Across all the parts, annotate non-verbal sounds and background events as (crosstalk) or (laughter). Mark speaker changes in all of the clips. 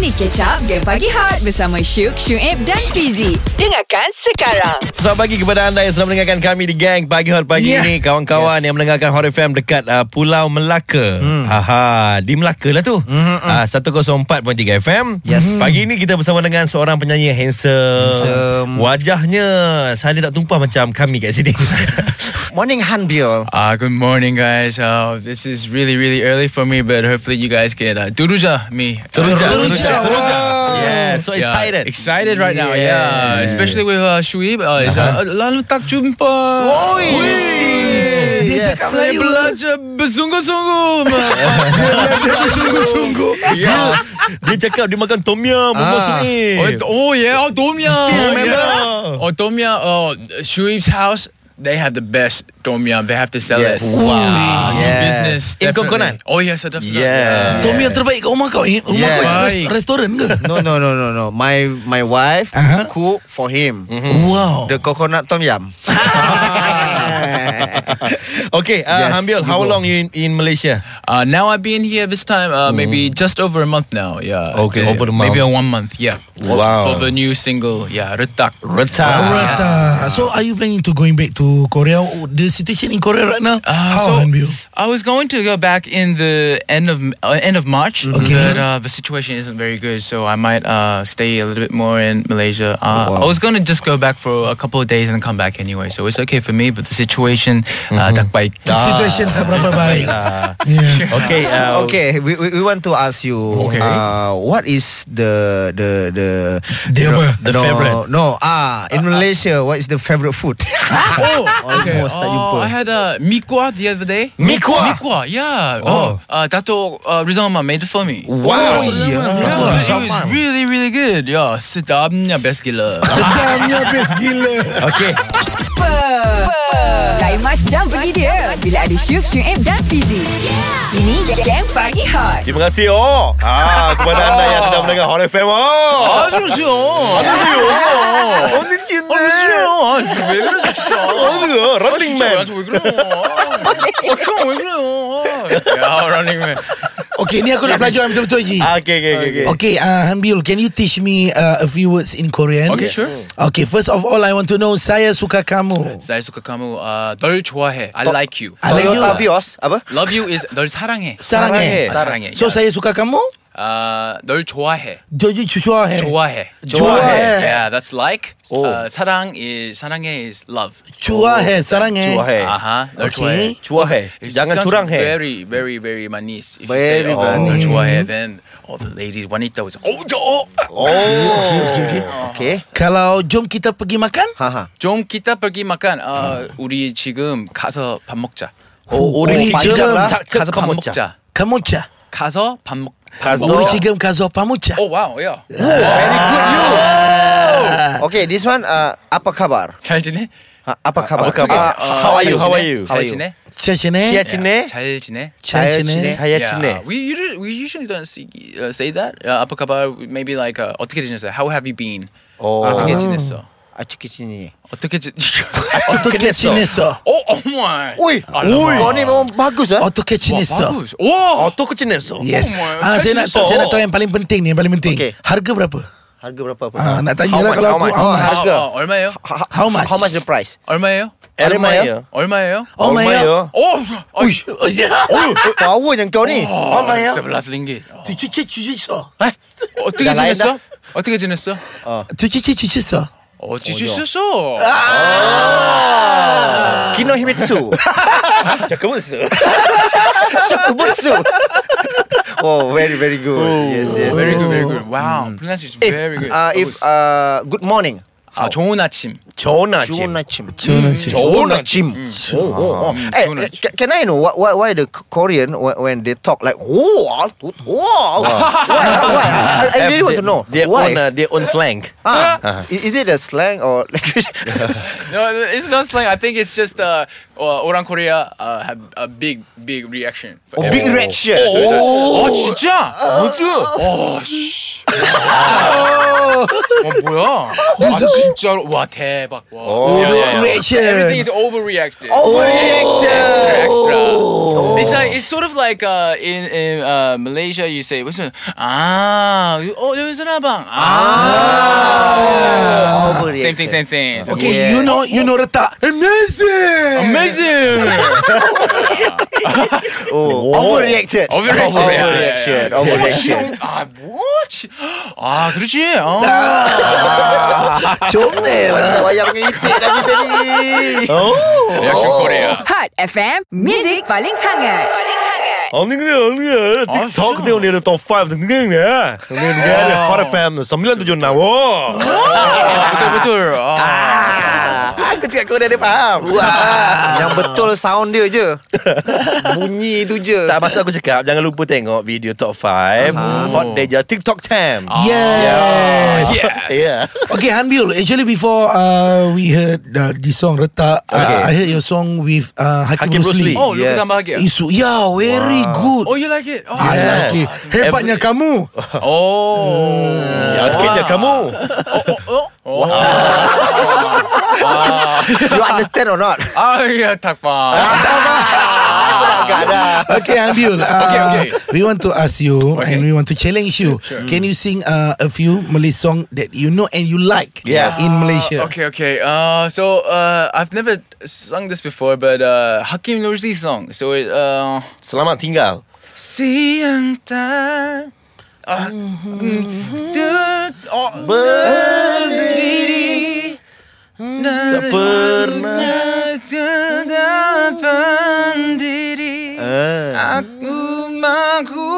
Speaker 1: Mari catch up Game Pagi Hot Bersama Syuk, Syuib dan Fizi Dengarkan sekarang
Speaker 2: Selamat pagi kepada anda yang sedang mendengarkan kami di Gang Pagi Hot Pagi
Speaker 3: Yeah.
Speaker 2: ini Kawan-kawan
Speaker 3: Ya. Yes. Hmm.
Speaker 2: yang mendengarkan Hot FM dekat uh, Pulau Melaka Aha, Di Melaka lah tu uh, 104.3 FM
Speaker 3: Yes.
Speaker 2: Hmm. Pagi ini kita bersama dengan seorang penyanyi yang handsome,
Speaker 3: Handsome.
Speaker 2: Wajahnya saya tak tumpah macam kami kat
Speaker 3: (laughs)
Speaker 2: sini
Speaker 3: Morning Hanbio.
Speaker 4: Uh, good morning, guys. Uh, this is really, really early for me, but hopefully you guys can uh, duruja me. Uh,
Speaker 2: Teruja
Speaker 3: Teruja.
Speaker 2: Teruja Yeah,
Speaker 3: Ya,
Speaker 2: so
Speaker 4: Yeah,
Speaker 2: excited
Speaker 4: Excited right now, yeah.
Speaker 3: Yeah.
Speaker 4: Especially with uh, Shuib. Uh, is, uh, lalu tak jumpa.
Speaker 3: Oi. Dia
Speaker 4: Yes.
Speaker 3: cakap
Speaker 4: Saya
Speaker 3: Melayu.
Speaker 4: belajar bersungguh-sungguh. Dia belajar bersungguh-sungguh. Yes.
Speaker 2: Dia cakap dia makan tom yum
Speaker 3: Ah.
Speaker 2: Bumbung sunyi
Speaker 4: Oh, it- oh yeah, oh Domya.
Speaker 2: Tom Yum.
Speaker 4: Oh Domya, oh Shuib's house. They have the best Tom Yum. They have to sell
Speaker 3: Yes.
Speaker 4: it. Wow.
Speaker 3: Yeah.
Speaker 4: Business.
Speaker 2: In
Speaker 4: definitely.
Speaker 2: coconut?
Speaker 4: Oh yes, sedap sedap.
Speaker 2: Yeah.
Speaker 5: Tom yang terbaik kat rumah kau ni Rumah
Speaker 3: Yeah.
Speaker 5: kau ni
Speaker 4: Baik.
Speaker 5: rest- restoran ke?
Speaker 3: No no no no no. My my wife cook for him
Speaker 5: Wow
Speaker 3: the coconut tom yum.
Speaker 2: Okay, uh,
Speaker 3: Yes,
Speaker 2: Hambil,
Speaker 3: you
Speaker 2: how
Speaker 3: go.
Speaker 2: long you in, in Malaysia?
Speaker 4: Uh, now I've been here this time, uh, maybe just over a month now. Yeah.
Speaker 2: Mm-hmm. Okay,
Speaker 4: Uh,
Speaker 2: over the
Speaker 4: Maybe a one month. Yeah.
Speaker 2: Wow.
Speaker 4: For the new single, yeah, Retak. Uh,
Speaker 2: Retak
Speaker 5: Alright ah. So are you planning to going back to Korea? Oh, The situation in Korea right now
Speaker 4: Uh,
Speaker 6: Ah,
Speaker 5: How
Speaker 4: so
Speaker 5: Hanbio?
Speaker 4: I was going to go back in the end of uh, end of March,
Speaker 2: Mm-hmm.
Speaker 5: Okay.
Speaker 4: but uh, the situation isn't very good, so I might uh, stay a little bit more in Malaysia.
Speaker 2: Oh,
Speaker 4: Uh, I was going to just go back for a couple of days and come back anyway, so it's okay for me. But the situation,
Speaker 2: Mm-hmm.
Speaker 4: uh, tak baik.
Speaker 5: The situation tak berapa (laughs) baik Ah. yeah.
Speaker 2: (laughs)
Speaker 4: (laughs)
Speaker 2: Okay, uh,
Speaker 3: (laughs) okay, we, we we want to ask you
Speaker 2: Okay.
Speaker 3: uh, what is the the the
Speaker 5: Dia apa?
Speaker 2: The
Speaker 3: no,
Speaker 2: favorite.
Speaker 3: No, ah in Malaysia what is the favorite food?
Speaker 4: Oh, okay.
Speaker 3: Almost tak jumpa.
Speaker 4: Oh, I had a uh, mikwa the other day.
Speaker 2: Mikwa?
Speaker 4: Mikwa, yeah. Oh, uh, Dato uh, Rizalma made it for me.
Speaker 3: Oh,
Speaker 2: Wow
Speaker 4: Yeah,
Speaker 2: Dato'
Speaker 4: it
Speaker 2: Rizalman.
Speaker 4: was really, really good. Yeah, sedapnya best gila.
Speaker 5: Sedamnya best gila
Speaker 2: Okay
Speaker 1: Apa? Lain macam pergi dia Bila ada Syuk, Syuib dan Fizi Ini Game Pagi Hot
Speaker 2: Terima kasih oh. Ah kepada anda yang sedang mendengar Hot FM oh.
Speaker 4: (laughs) 아저씨요. 아저씨요.
Speaker 3: Oh,
Speaker 2: 언니 Oh, cinta.
Speaker 4: 아저씨요. 왜 그러세요, 진짜.
Speaker 2: Oh, Running Man.
Speaker 4: 아, 진짜 왜 그래요? 아, 형, 왜 그래요? 야, 런닝맨.
Speaker 5: Okay ni aku nak belajar betul-betul Ji
Speaker 2: Ah, okay, okay, okay. okay.
Speaker 5: Okay uh, Hanbiul Can you teach me uh, A few words in Korean
Speaker 4: Okay, sure.
Speaker 5: Okay first of all I want to know Saya suka kamu
Speaker 4: 사이소카 카무, 아, 널 좋아해. I like you.
Speaker 5: I like you.
Speaker 3: Toyota Vios apa?
Speaker 4: Love you is 널 사랑해. 아,
Speaker 5: Sarangnya
Speaker 4: 사랑해.
Speaker 5: eh. So saya suka kamu
Speaker 4: 아, 널 좋아해.
Speaker 5: Jojo Chuchuahe
Speaker 4: 좋아해.
Speaker 5: 예. 좋아해.
Speaker 4: Yeah, that's like. 어, 사랑 is 사랑해 is love.
Speaker 5: Chuahe Saranghe
Speaker 2: Cuahe.
Speaker 4: 아하. 널
Speaker 5: Okay.
Speaker 4: 좋아해.
Speaker 2: Cuahe.
Speaker 4: It
Speaker 2: Jangan
Speaker 4: sounds
Speaker 2: curang hair.
Speaker 4: Very, very, very manis. If
Speaker 3: Very
Speaker 4: you say, oh, 널 좋아해, then all the ladies want it. Those, oh, 저, oh.
Speaker 3: Okay.
Speaker 5: Kalau jom kita pergi makan
Speaker 3: Haha.
Speaker 4: 좀 기타 벌기 마깐. 어, 우리 지금 가서 밥 먹자. 어,
Speaker 2: Oh,
Speaker 5: Uri
Speaker 2: orange
Speaker 5: Chicken.
Speaker 2: chicken.
Speaker 3: lah.
Speaker 5: Tak,
Speaker 4: 가서 밥 먹자.
Speaker 5: Kamucha
Speaker 4: 가서 밥 먹.
Speaker 2: Kazo.
Speaker 5: 우리 지금 가서 밥 먹자
Speaker 4: 오 와우 야.
Speaker 3: Okay, this one uh, apa khabar?
Speaker 4: 잘 지내?
Speaker 3: Ha, apa khabar?
Speaker 2: Apa khabar? Uh,
Speaker 3: Ah,
Speaker 4: 어,
Speaker 2: How are you?
Speaker 4: 잘
Speaker 2: How are
Speaker 4: 지내?
Speaker 2: you?
Speaker 4: 잘
Speaker 3: How are you?
Speaker 4: 지내?
Speaker 5: 잘 지내?
Speaker 2: 잘 지내?
Speaker 4: 야, 잘 지내?
Speaker 5: 잘 지내?
Speaker 2: Saya cine.
Speaker 4: Yeah, we usually we usually don't see, uh, say that. Uh, apa khabar? Maybe like uh, 어떻게 지냈어? How have you been?
Speaker 2: Oh.
Speaker 4: 어떻게 지냈어?
Speaker 3: Acik sini.
Speaker 4: 어떻게 지? (laughs)
Speaker 5: 어떻게 지냈어?
Speaker 4: 오 어머.
Speaker 3: Oi, oi. Kau ni memang bagus
Speaker 2: Oh.
Speaker 3: ah.
Speaker 5: 어떻게 지냈어?
Speaker 4: 오.
Speaker 2: Auto ke jenis tu?
Speaker 5: Yes.
Speaker 4: 어머,
Speaker 5: Ah,
Speaker 4: 잘
Speaker 5: saya nak
Speaker 4: 지냈어.
Speaker 5: saya nak tahu yang paling penting ni, yang paling penting.
Speaker 3: Okay.
Speaker 5: Harga berapa?
Speaker 3: Harga berapa pun.
Speaker 5: Ah, nak
Speaker 2: How
Speaker 5: tanya lah
Speaker 2: much,
Speaker 5: kalau
Speaker 2: how
Speaker 5: aku.
Speaker 2: much?
Speaker 5: How much?
Speaker 3: harga.
Speaker 4: 어, 어, 얼마예요?
Speaker 5: How much?
Speaker 3: How much the price? ah?
Speaker 4: 얼마예요?
Speaker 2: Elmayo.
Speaker 4: 얼마예요?
Speaker 5: Oh my god.
Speaker 4: 오. 어이.
Speaker 3: Oh, power yang
Speaker 2: Oh.
Speaker 3: kau ni.
Speaker 4: 얼마예요? 세블라스 링기.
Speaker 5: 주치치 주치서.
Speaker 4: 어, 어떻게
Speaker 3: 나 라인다?
Speaker 4: 지냈어? 어떻게 지냈어?
Speaker 5: 주치치 주치서.
Speaker 4: 어찌 지냈어?
Speaker 3: Kino
Speaker 2: (laughs)
Speaker 3: Himitsu. (laughs) Shakubutsu. Shakubutsu. Oh, very very good. yes, yes.
Speaker 4: Very
Speaker 3: yes.
Speaker 4: good, very good. Wow, pronunciation is
Speaker 3: Eh,
Speaker 4: very good.
Speaker 3: Uh, if uh, good morning.
Speaker 4: 아, 좋은 아침.
Speaker 2: Chona cin.
Speaker 3: Chonachim.
Speaker 5: 주치.
Speaker 3: Chonachim. Oh, oh, oh. Eh, eh,
Speaker 4: Chonachim.
Speaker 3: ca- can I know why, why, why the K- Korean wh- when they talk like oh, ah, tut- oh, why, why? I, I really want to
Speaker 6: (laughs)
Speaker 3: know
Speaker 2: Dia
Speaker 3: why.
Speaker 2: own, uh, dia
Speaker 6: Eh?
Speaker 2: own slang.
Speaker 3: Ah, i- Is it a slang or language?
Speaker 4: No, it's not slang. I think it's just uh, uh Orang Korea uh, have a big, big reaction.
Speaker 3: (laughs)
Speaker 4: For
Speaker 3: Big
Speaker 4: everything.
Speaker 3: reaction.
Speaker 4: 어, 진짜? 뭐지? 어, 씨. 와 뭐야? 아 진짜로 와 대박 와.
Speaker 2: 오,
Speaker 4: 야, 야, 야.
Speaker 5: reaction.
Speaker 4: Everything is overreacted. Oh.
Speaker 3: Overreacted.
Speaker 4: Extra, extra. It's like it's sort of like uh, in in uh, Malaysia you say what's it? Ah, oh there is a rabang. Ah.
Speaker 3: Overreacted.
Speaker 4: Same thing, same thing. Same
Speaker 5: Okay, you know you know retak. Amazing.
Speaker 4: Amazing.
Speaker 3: Oh, overreacted.
Speaker 4: Overreacted.
Speaker 3: Overreacted.
Speaker 4: Yeah, yeah, yeah. (laughs)
Speaker 3: Overreacted.
Speaker 4: 아 뭐지? 아 그렇지. 어.
Speaker 3: Comel lah wayang itik lagi tadi.
Speaker 4: 약간 코리아.
Speaker 1: Hot FM, music paling hangat. Paling hangat.
Speaker 6: Om ni kena, om ni kena. TikTok
Speaker 4: Ah,
Speaker 6: dia ni ada top 5 Tengah ni Tengah ni ada Hot FM 976 Oh
Speaker 4: betul betul. 아.
Speaker 3: Aku cakap kau dah ada faham. Wah. Yang betul sound dia je. Bunyi tu je.
Speaker 6: Tak pasal aku cakap Jangan lupa tengok video top 5 Hot Deja TikTok Champ
Speaker 5: Yes.
Speaker 3: (laughs)
Speaker 6: Yeah
Speaker 5: Okay, Hanbiul. Actually, before uh, we heard uh, the song Retak,
Speaker 6: Okay.
Speaker 5: uh, I heard your song with uh, Hakim,
Speaker 6: Hakim Rosli.
Speaker 5: Rosli.
Speaker 4: Oh, lu
Speaker 3: Yes.
Speaker 4: tambah lagi. ah?
Speaker 5: Isu, yeah, very good.
Speaker 4: Oh, you like it? Oh,
Speaker 5: I like it. Hebatnya kamu.
Speaker 4: Oh.
Speaker 6: Akhirnya Ya, kamu
Speaker 3: You understand or not?
Speaker 4: 아, 야, 닭방.
Speaker 3: Agak dah.
Speaker 5: Okay, Hanbiul. Uh,
Speaker 4: Ah. Okay, okay.
Speaker 5: We want to ask you
Speaker 4: Okay.
Speaker 5: and we want to challenge you. Can you sing uh, a few Malay song that you know and you like
Speaker 6: Yes.
Speaker 5: in
Speaker 4: Uh,
Speaker 5: Malaysia?
Speaker 4: okay, okay. Uh, so uh, I've never sung this before, but uh, Hakim Nursi song. So it, uh,
Speaker 6: Selamat tinggal
Speaker 4: siang tak ah,
Speaker 3: Mhm.
Speaker 4: duduk berdiri tak pernah sedapkan diri
Speaker 3: Eh.
Speaker 4: aku mahu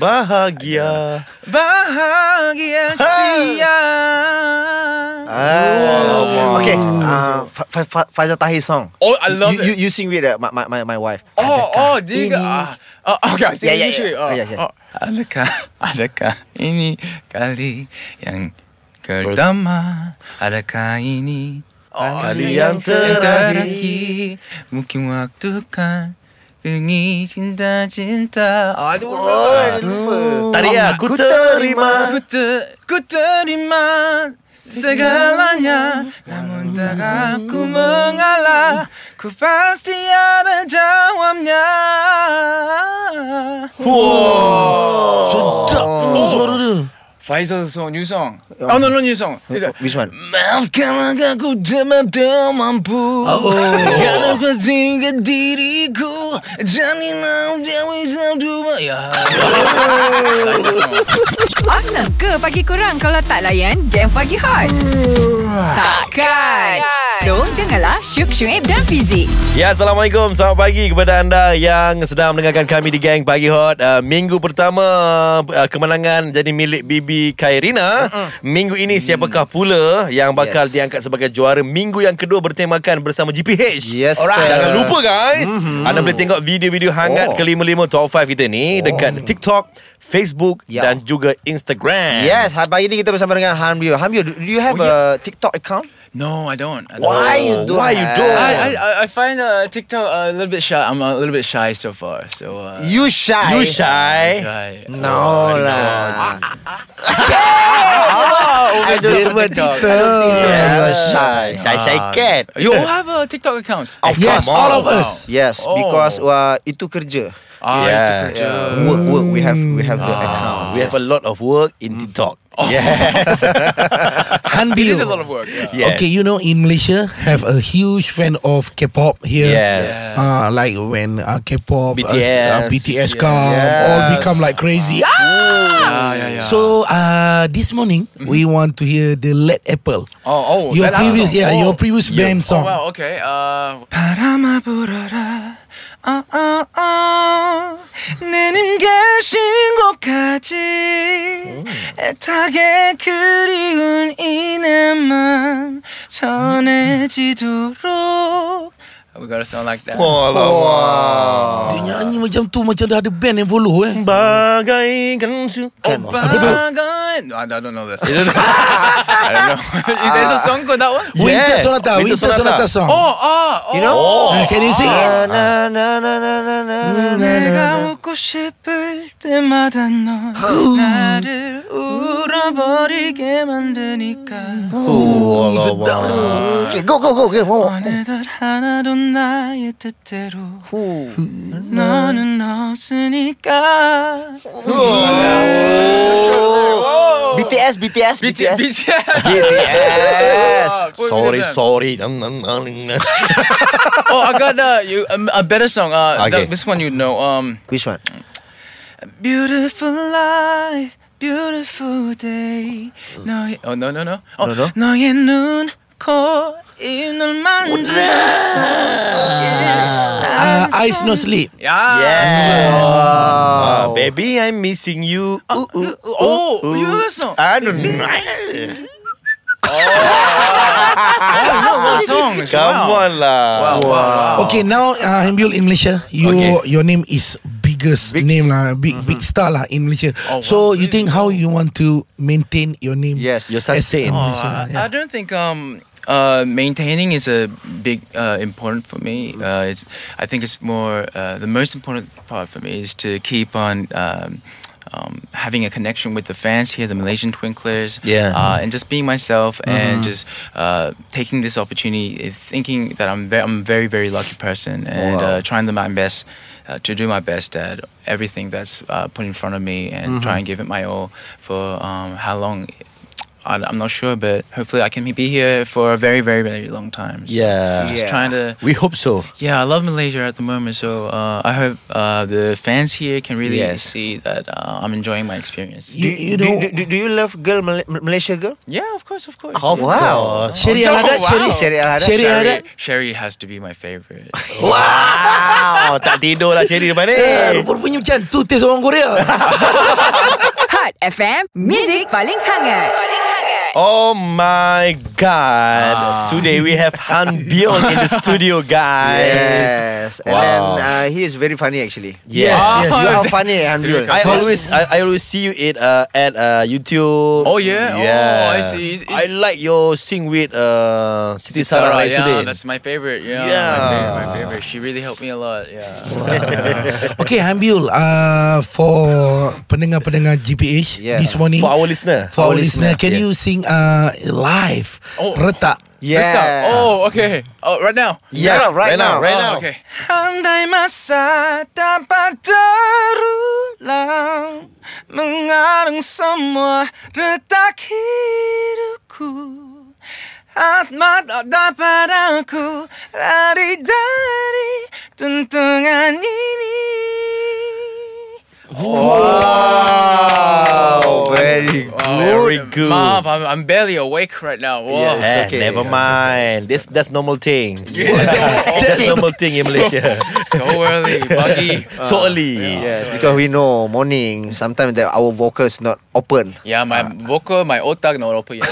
Speaker 6: Bahagia
Speaker 4: bahagia
Speaker 3: Ha.
Speaker 4: siang
Speaker 3: Okay. Uh, Fa- Fa- Fa- Faizal Tahir song.
Speaker 4: Oh, I love
Speaker 3: you,
Speaker 4: it.
Speaker 3: You, you sing with uh, my, my, my, my wife.
Speaker 4: Oh, oh, diga. Ah, ah, okay, I see
Speaker 3: Yeah, yeah,
Speaker 4: yeah, yeah,
Speaker 3: yeah.
Speaker 4: Oh,
Speaker 3: Yeah, yeah.
Speaker 4: oh. Adakah, adakah ini kali yang pertama? Adakah ini
Speaker 6: Kali yang terakhir.
Speaker 4: Mungkin waktu kan Bengi cinta cinta. Aduh.
Speaker 6: Tadi aku terima
Speaker 4: Ku, ter, ku terima segalanya Namun tak aku mengalah Ku pasti ada jawabnya
Speaker 5: Sedap ni suara dia.
Speaker 4: 어. Faizal song, new song Oh no, no new song It's a-
Speaker 3: Which one?
Speaker 4: Maafkan aku demam tak mampu Karena pasti ke diriku Janganlah jauhi satu Ya
Speaker 1: Awesome ke pagi korang kalau tak layan game pagi hot? Takkan. So, dengarlah Syuk Syuib dan Fizik.
Speaker 6: Ya, Assalamualaikum. Selamat pagi kepada anda yang sedang mendengarkan kami di Gang Pagi Hot. Uh, minggu pertama uh, kemenangan jadi milik Bibi Khairina. Minggu ini siapakah pula yang bakal
Speaker 3: Yes.
Speaker 6: diangkat sebagai juara minggu yang kedua bertemakan bersama GPH.
Speaker 3: Yes,
Speaker 6: Alright.
Speaker 3: sir.
Speaker 6: Jangan lupa guys. Anda boleh tengok video-video hangat
Speaker 3: Oh.
Speaker 6: kelima-lima top 5 kita ni dekat TikTok, Facebook
Speaker 3: Ya.
Speaker 6: dan juga Instagram.
Speaker 3: Yes, hari pagi ni kita bersama dengan Hanbiu. Hanbiu, do do you have a TikTok account?
Speaker 4: No, I don't I don't.
Speaker 3: Why you don't
Speaker 6: why you
Speaker 3: have?
Speaker 6: don't?
Speaker 4: I, I- I, I find uh, TikTok a little bit shy. I'm a little bit shy so far. So uh,
Speaker 3: You shy.
Speaker 6: You shy.
Speaker 4: shy.
Speaker 3: No lah.
Speaker 6: Ah,
Speaker 3: I don't,
Speaker 4: Over TikTok.
Speaker 3: I don't think so. You are shy.
Speaker 6: Shy-shy cat.
Speaker 4: You all have uh, TikTok accounts.
Speaker 5: Yes,
Speaker 6: course.
Speaker 5: all of
Speaker 4: (laughs)
Speaker 5: us.
Speaker 3: Yes,
Speaker 4: Oh.
Speaker 3: because uh, itu kerja.
Speaker 6: Yeah.
Speaker 4: Ah, TikTok accounts.
Speaker 3: Work, work. We have, we have the account.
Speaker 6: We have a lot of work in TikTok. Yes.
Speaker 4: It
Speaker 5: Hanbiul.
Speaker 4: is a lot of work. yeah.
Speaker 6: Yes.
Speaker 5: Okay, you know in Malaysia have a huge fan of K-pop here.
Speaker 6: Yes.
Speaker 5: Uh, like when uh, K-pop, uh,
Speaker 6: BTS.
Speaker 5: uh, BTS come,
Speaker 3: Yes.
Speaker 5: all become like crazy. Ah!
Speaker 4: Yeah, yeah, yeah.
Speaker 5: So uh, this morning we want to hear the Led Apple.
Speaker 4: Oh, oh,
Speaker 5: your
Speaker 4: that
Speaker 5: previous,
Speaker 4: album.
Speaker 5: yeah,
Speaker 4: Oh.
Speaker 5: your previous band
Speaker 4: Oh,
Speaker 5: song.
Speaker 4: wow, okay. Uh, 바람아 불어라. 어, 어, 어. 내 님계신 곳까지 애타게 그리운 이내만 전해지도록 We gotta sound like that.
Speaker 6: Oh.
Speaker 5: Dia nyanyi macam tu macam dah ada band yang follow eh.
Speaker 6: Bagaikan su
Speaker 4: 오빠가 No, 아, I don't know this. (laughs) I don't know. (laughs) There's a song called that one?
Speaker 5: Winter
Speaker 6: Yes,
Speaker 5: Sonata,
Speaker 6: Winter
Speaker 5: Winter, Sonata.
Speaker 6: Sonata.
Speaker 5: song.
Speaker 4: Oh, oh, oh.
Speaker 3: You know?
Speaker 5: Uh, can you sing it?
Speaker 3: Na, na, na, na, na, na, na, na, na.
Speaker 4: 내가 웃고 싶을 때마다 너 나를 울어 알아버리게 만드니까
Speaker 3: sedap. Okay, go go go. Okay, mau.
Speaker 4: 어느덧 하나도 나의 뜻대로 너는 없으니까
Speaker 3: BTS BTS BTS.
Speaker 4: BTS
Speaker 3: BTS.
Speaker 4: 아,
Speaker 2: Sorry, sorry. Nang, nang, nang, nang.
Speaker 4: Oh I got uh, you, um, a better song uh,
Speaker 2: Okay.
Speaker 4: th- This one you know um,
Speaker 3: Which one?
Speaker 4: Beautiful life, beautiful day. 너의 oh no no no. 어,
Speaker 3: No, no?
Speaker 4: 너의 눈, 코, 입을 만져.
Speaker 5: Uh, eyes no sleep.
Speaker 4: Ah. Yeah.
Speaker 6: Ah, baby, I'm missing you. Ah, Ooh, ooh.
Speaker 4: Oh, you know that song?
Speaker 3: I don't know.
Speaker 4: I know that song.
Speaker 6: Come
Speaker 4: Wow.
Speaker 6: on lah.
Speaker 4: Wow, wow, wow.
Speaker 5: Okay, now uh, Hembiul in Malaysia, you
Speaker 6: Okay.
Speaker 5: your name is biggest name lah, big big star lah in Malaysia.
Speaker 4: Oh,
Speaker 5: so
Speaker 4: wow.
Speaker 5: you think how you want to maintain your name?
Speaker 3: Yes.
Speaker 2: You're
Speaker 5: as
Speaker 2: sustain.
Speaker 5: in
Speaker 4: Oh,
Speaker 5: Malaysia,
Speaker 4: I,
Speaker 5: yeah.
Speaker 4: I don't think um uh maintaining is a big uh important for me. Uh, it's, I think it's more uh, the most important part for me is to keep on. Um, um, having a connection with the fans here, the Malaysian Twinklers,
Speaker 2: Yeah.
Speaker 4: uh, and just being myself and just uh, taking this opportunity, eh, thinking that I'm very, I'm a very, very lucky person, and uh, trying to my best uh, to do my best at everything that's uh, put in front of me, and try and give it my all for um, how long. I- I'm not sure, but hopefully I can be here for a very, very, very long time. So
Speaker 6: Yeah.
Speaker 4: just
Speaker 3: Yeah.
Speaker 4: trying to
Speaker 2: We hope so.
Speaker 4: yeah, I love Malaysia at the moment, so uh, I hope uh, the fans here can really
Speaker 2: Yes.
Speaker 4: see that uh, I'm enjoying my experience.
Speaker 5: You, you know,
Speaker 3: do, do, do you love girl Mal- Malaysia girl?
Speaker 4: Yeah, of course, of course.
Speaker 3: wow.
Speaker 5: Sherry Al Haddad, Sherry,
Speaker 3: Sherry Al Haddad.
Speaker 5: Sherry Al Haddad.
Speaker 4: Sherry, Sherry has to be my favorite.
Speaker 6: Wow, (laughs) tak tidur lah Sherry depan ni.
Speaker 5: Eh, Rupanya macam tu taste orang Korea.
Speaker 1: Hot FM, music paling hangat. Paling hangat.
Speaker 6: Oh my god. Today we have Han Bion in the studio, guys.
Speaker 3: Yes. And
Speaker 6: Wow.
Speaker 3: then uh, he is very funny actually.
Speaker 6: Yes.
Speaker 3: You
Speaker 6: yes.
Speaker 3: are funny, Hanbiul.
Speaker 6: I always I, I always see you at uh, at uh, YouTube.
Speaker 4: Oh, yeah? Oh, I see. Is- is-
Speaker 6: I like your sing with uh Siti
Speaker 4: Sarah,
Speaker 6: Sarah
Speaker 4: yeah,
Speaker 6: yesterday.
Speaker 4: that's my favorite.
Speaker 6: Yeah.
Speaker 4: Yeah, My, favorite, my favorite. She really helped me a lot. Yeah.
Speaker 5: Okay, Hambiul, uh, for pendengar-pendengar GPH
Speaker 3: Yeah.
Speaker 5: this morning,
Speaker 6: for our listener.
Speaker 5: for our listener, can
Speaker 6: yeah.
Speaker 5: you sing uh, live?
Speaker 4: Oh.
Speaker 5: Retak.
Speaker 3: Ya, Yeah.
Speaker 4: Oh, okay. Oh, right now.
Speaker 6: Yes,
Speaker 3: Right now, right now.
Speaker 6: right
Speaker 4: oh,
Speaker 6: now.
Speaker 4: Okay. Andai masa dapat terulang Mengarung semua retak hidupku Atma dapat aku lari dari tuntungan ini
Speaker 3: Wow, very good.
Speaker 6: Very good.
Speaker 4: Mom, I'm, I'm barely awake right now. Whoa.
Speaker 3: Yes.
Speaker 6: Eh,
Speaker 3: okay,
Speaker 6: never
Speaker 3: it's
Speaker 6: mind. This that's normal thing. (laughs)
Speaker 4: Yes.
Speaker 6: that's normal thing in Malaysia.
Speaker 4: so
Speaker 6: (laughs)
Speaker 4: early, buggy.
Speaker 6: so early.
Speaker 3: Yes, because we know morning sometimes that our vocals not open.
Speaker 4: Yeah, my
Speaker 6: Ah.
Speaker 4: vocal, my otak not open
Speaker 6: (laughs)
Speaker 4: yet.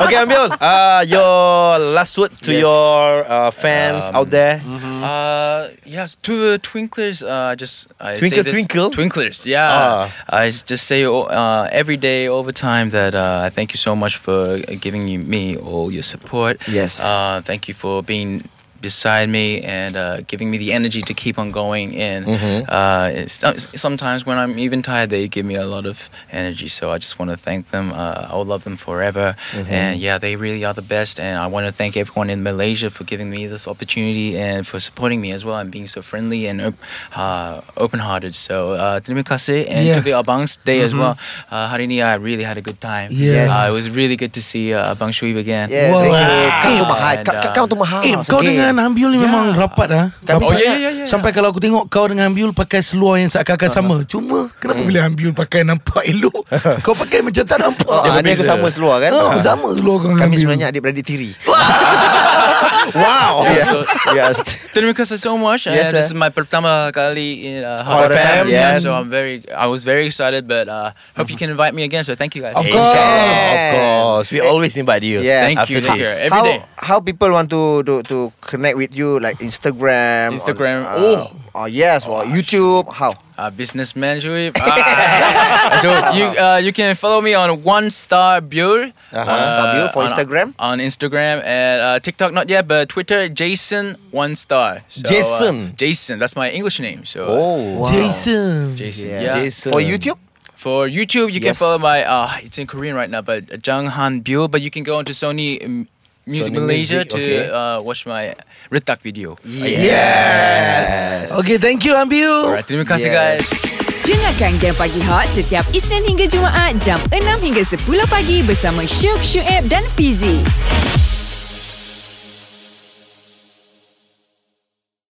Speaker 6: Okay, Ambil. Uh, your last word to your uh, fans out there.
Speaker 4: Uh, yes, to uh, Twinklers, uh, I just I
Speaker 6: Twinkle,
Speaker 4: say this,
Speaker 6: twinkle? Ah.
Speaker 4: Twinklers, yeah. I s- just say uh, every day over time that uh, I thank you so much for giving you- me all your support.
Speaker 3: Yes.
Speaker 4: Uh, thank you for being beside me and uh, giving me the energy to keep on going. And
Speaker 5: Mm-hmm.
Speaker 4: uh, it's, uh, sometimes when I'm even tired, they give me a lot of energy. So I just want to thank them. Uh, I'll love them forever.
Speaker 5: Mm-hmm.
Speaker 4: And yeah, they really are the best. And I want to thank everyone in Malaysia for giving me this opportunity and for supporting me as well and being so friendly and op- uh, open-hearted. So uh, terima kasih and
Speaker 5: Yeah. Mm-hmm.
Speaker 4: to the Abang's Day as well. Uh, hari ni I really had a good time.
Speaker 5: Yes.
Speaker 4: Uh, it was really good to see uh, Abang Shuib again.
Speaker 3: Yeah,
Speaker 5: Wow.
Speaker 3: thank you. Kau
Speaker 4: Wow.
Speaker 3: mahal.
Speaker 4: And,
Speaker 3: Kau-
Speaker 4: uh,
Speaker 3: Kau tu mahal.
Speaker 5: Eh, kau
Speaker 3: Sikit.
Speaker 5: dengan Hambiul ni memang rapat ah.
Speaker 3: Kami
Speaker 4: sangat.
Speaker 5: rapat.
Speaker 4: Oh, yeah, yeah, yeah, yeah.
Speaker 5: Sampai kalau aku tengok kau dengan Hambiul pakai seluar yang seakan-akan sama. Cuma kenapa bila Hambiul pakai nampak elok, kau pakai macam tak nampak.
Speaker 3: Ah, ni aku sama seluar kan?
Speaker 5: Oh, sama seluar kau dengan
Speaker 3: Kami
Speaker 5: Hambiul.
Speaker 3: sebenarnya adik-beradik tiri. (laughs) wow. Yeah.
Speaker 4: so-
Speaker 3: yes.
Speaker 4: Terima kasih so much.
Speaker 3: Yes,
Speaker 4: uh, this
Speaker 3: sir.
Speaker 4: is my pertama kali in uh, Hot,
Speaker 3: Hot FM,
Speaker 4: FM. Yeah,
Speaker 3: yes.
Speaker 4: so I'm very, I was very excited, but uh, hope you can invite me again. So thank you guys.
Speaker 5: Of
Speaker 6: Of
Speaker 5: course.
Speaker 6: course, of course. We always invite you.
Speaker 3: Yes.
Speaker 4: Thank
Speaker 6: after
Speaker 4: you. Thank you.
Speaker 6: this.
Speaker 4: Every
Speaker 3: how,
Speaker 4: day.
Speaker 3: How people want to to, to connect with you like Instagram?
Speaker 4: Instagram.
Speaker 3: Or, oh. Oh yes. Or YouTube. How?
Speaker 4: Uh, businessman,
Speaker 3: (laughs)
Speaker 4: Shuib. Ah. so you uh, you can follow me on One Star Buell.
Speaker 3: Uh-huh. One Star Buell for
Speaker 4: on-
Speaker 3: Instagram?
Speaker 4: On Instagram and uh, TikTok, not yet, but Twitter, Jason One Star. So, uh,
Speaker 6: Jason.
Speaker 4: Jason. That's my English name. So.
Speaker 6: Oh.
Speaker 5: Jason.
Speaker 4: Jason.
Speaker 3: Yeah.
Speaker 4: Yeah.
Speaker 6: Jason.
Speaker 3: For YouTube?
Speaker 4: For YouTube, you can
Speaker 3: Yes.
Speaker 4: follow my. Uh, it's in Korean right now, but Jang Han Bill. But you can go into Sony um, Music
Speaker 6: Sony
Speaker 4: Malaysia
Speaker 6: Music,
Speaker 4: to
Speaker 6: okay.
Speaker 4: uh, watch my Ritak video.
Speaker 3: Yes.
Speaker 5: Okay, thank you Ambil.
Speaker 4: Alright, terima kasih
Speaker 3: Yes.
Speaker 4: guys.
Speaker 1: Dengarkan Game Pagi Hot setiap Isnin hingga Jumaat jam 6 hingga 10 pagi bersama Syuk, Syuib dan Fizi.